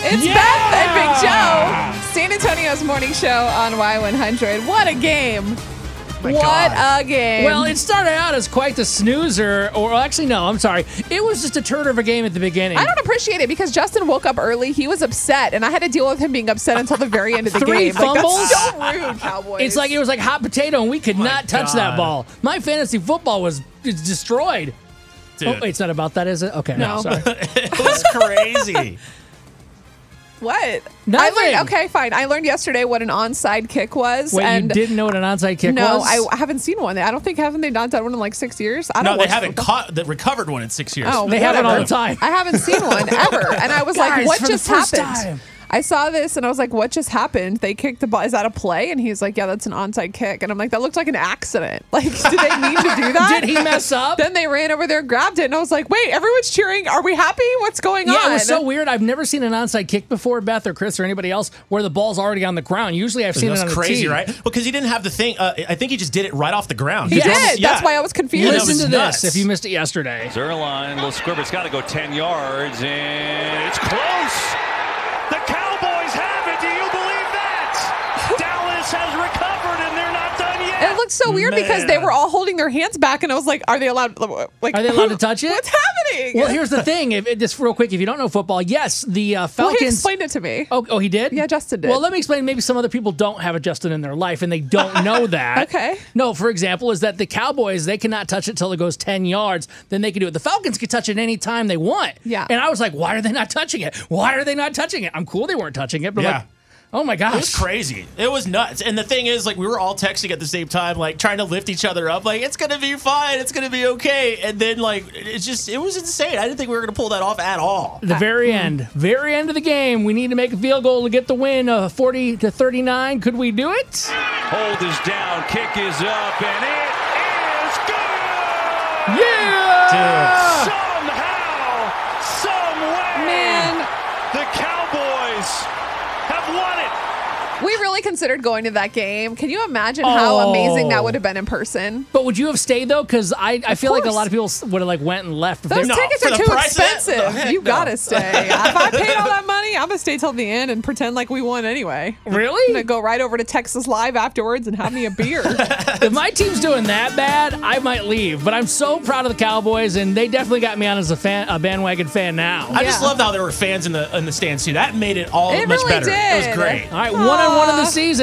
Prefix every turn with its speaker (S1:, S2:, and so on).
S1: It's
S2: Yeah!
S1: Beth and Big Joe. San Antonio's morning show on Y100. What a game.
S3: My
S1: what
S3: God.
S1: a game.
S2: Well, it started out as quite the snoozer, or actually, no, I'm sorry. It was just a turd of a game at the beginning.
S1: I don't appreciate it because Justin woke up early. He was upset, and I had to deal with him being upset until the very end of the
S2: Three
S1: game. Like, that's
S2: fumbles?
S1: so rude, Cowboys.
S2: it's like it was like hot potato, and we could not touch that
S3: God.
S2: ball. My fantasy football was is destroyed.
S3: Dude,
S2: Oh, wait, it's not about that, is it? Okay,
S1: No.
S2: sorry.
S3: it was crazy.
S1: what?
S2: Nothing.
S1: I learned, okay, fine. I learned yesterday what an onside kick was.
S2: Wait,
S1: and
S2: you didn't know what an onside kick
S1: no,
S2: was?
S1: I, I haven't seen one. I don't think haven't they not done one in like six years? I don't.
S3: No, they
S1: watch
S3: haven't
S1: football.
S3: caught that recovered one in six years.
S1: Oh,
S2: They have it all
S1: whatever.
S2: the time.
S1: I haven't seen one ever, and I was
S2: Guys,
S1: like, "What
S2: for the
S1: just
S2: first
S1: happened?"
S2: time.
S1: I saw this and I was like, "What just happened?" They kicked the ball. Is that a play? And he's like, "Yeah, that's an onside kick." And I'm like, "That looks like an accident. Like, did they mean to do that?"
S2: Did he mess up?
S1: Then they ran over there, grabbed it, and I was like, "Wait, everyone's cheering. Are we happy? What's going on?"
S2: Yeah, it was so weird. I've never seen an onside kick before, Beth or Chris or anybody else, where the ball's already on the ground. Usually, I've seen
S3: That's
S2: it on the
S3: crazy,
S2: tee.
S3: right? Well, because he didn't have the thing. Uh, I think he just did it right off the ground.
S1: He
S2: Yes.
S1: did. That's why I was confused.
S3: Yeah, that
S2: Listen
S3: was
S2: to
S3: nuts.
S2: this if you missed it yesterday.
S4: Zerline will squib. It's got to go 10 yards, and it's close. The Cowboys have it. Do you believe that? Dallas has recovered, and they're not done yet.
S1: And it looked so weird because they
S3: Man.
S1: were all holding their hands back, and I was like, "Are they allowed? Like,
S2: Are they allowed to touch it?
S1: What's happening?"
S2: Well, here's the thing. If, just real quick, if you don't know football, yes, the uh,
S1: Well,
S2: Falcons.
S1: he explained it to me.
S2: Oh, oh, he did?
S1: Yeah, Justin did.
S2: Well, let me explain. Maybe some other people don't have a Justin in their life and they don't know that.
S1: Okay.
S2: No, for example, is that the Cowboys, they cannot touch it till it goes 10 yards. Then they can do it. The Falcons can touch it any time they want.
S1: Yeah.
S2: And I was like, why are they not touching it? Why are they not touching it? I'm cool they weren't touching it, but
S3: Yeah.
S2: like, oh my gosh.
S3: It was crazy. It was nuts. And the thing is, like, we were all texting at the same time, like, trying to lift each other up, like, it's going to be fine. It's going to be okay. And then, like, it's just, it was insane. I didn't think we were going to pull that off at all.
S2: The very
S1: Hmm.
S2: end, very end of the game, we need to make a field goal to get the win of 40 to 39. Could we do it?
S4: Hold is down. Kick is up, and it is good.
S2: Yeah!
S4: Somehow, some way,
S1: Man,
S4: the Cowboys have won it.
S1: we really considered going to that game. Can you imagine how
S2: Oh.
S1: amazing that would have been in person?
S2: But would you have stayed though? Because I, I feel like a
S1: course.
S2: lot of people would have like went and left. if they-
S1: Those
S3: No,
S1: tickets
S3: for
S1: are
S3: the
S1: too
S3: price of that- the
S1: expensive.
S3: heck
S1: you
S3: no.
S1: gotta stay. if I paid all that money, I'm gonna stay till the end and pretend like we won anyway. I'm gonna
S2: really?
S1: go right over to Texas Live afterwards and have me a beer.
S2: if my team's doing that bad, I might leave. But I'm so proud of the Cowboys, and they definitely got me on as a fan, a bandwagon fan now.
S3: I just
S1: Yeah.
S3: loved how there were fans in the in the stands too. That made it all
S1: It
S3: much
S1: really
S3: better. It
S1: did.
S3: was great.
S2: All right, one on one of the
S1: Aw.
S2: season.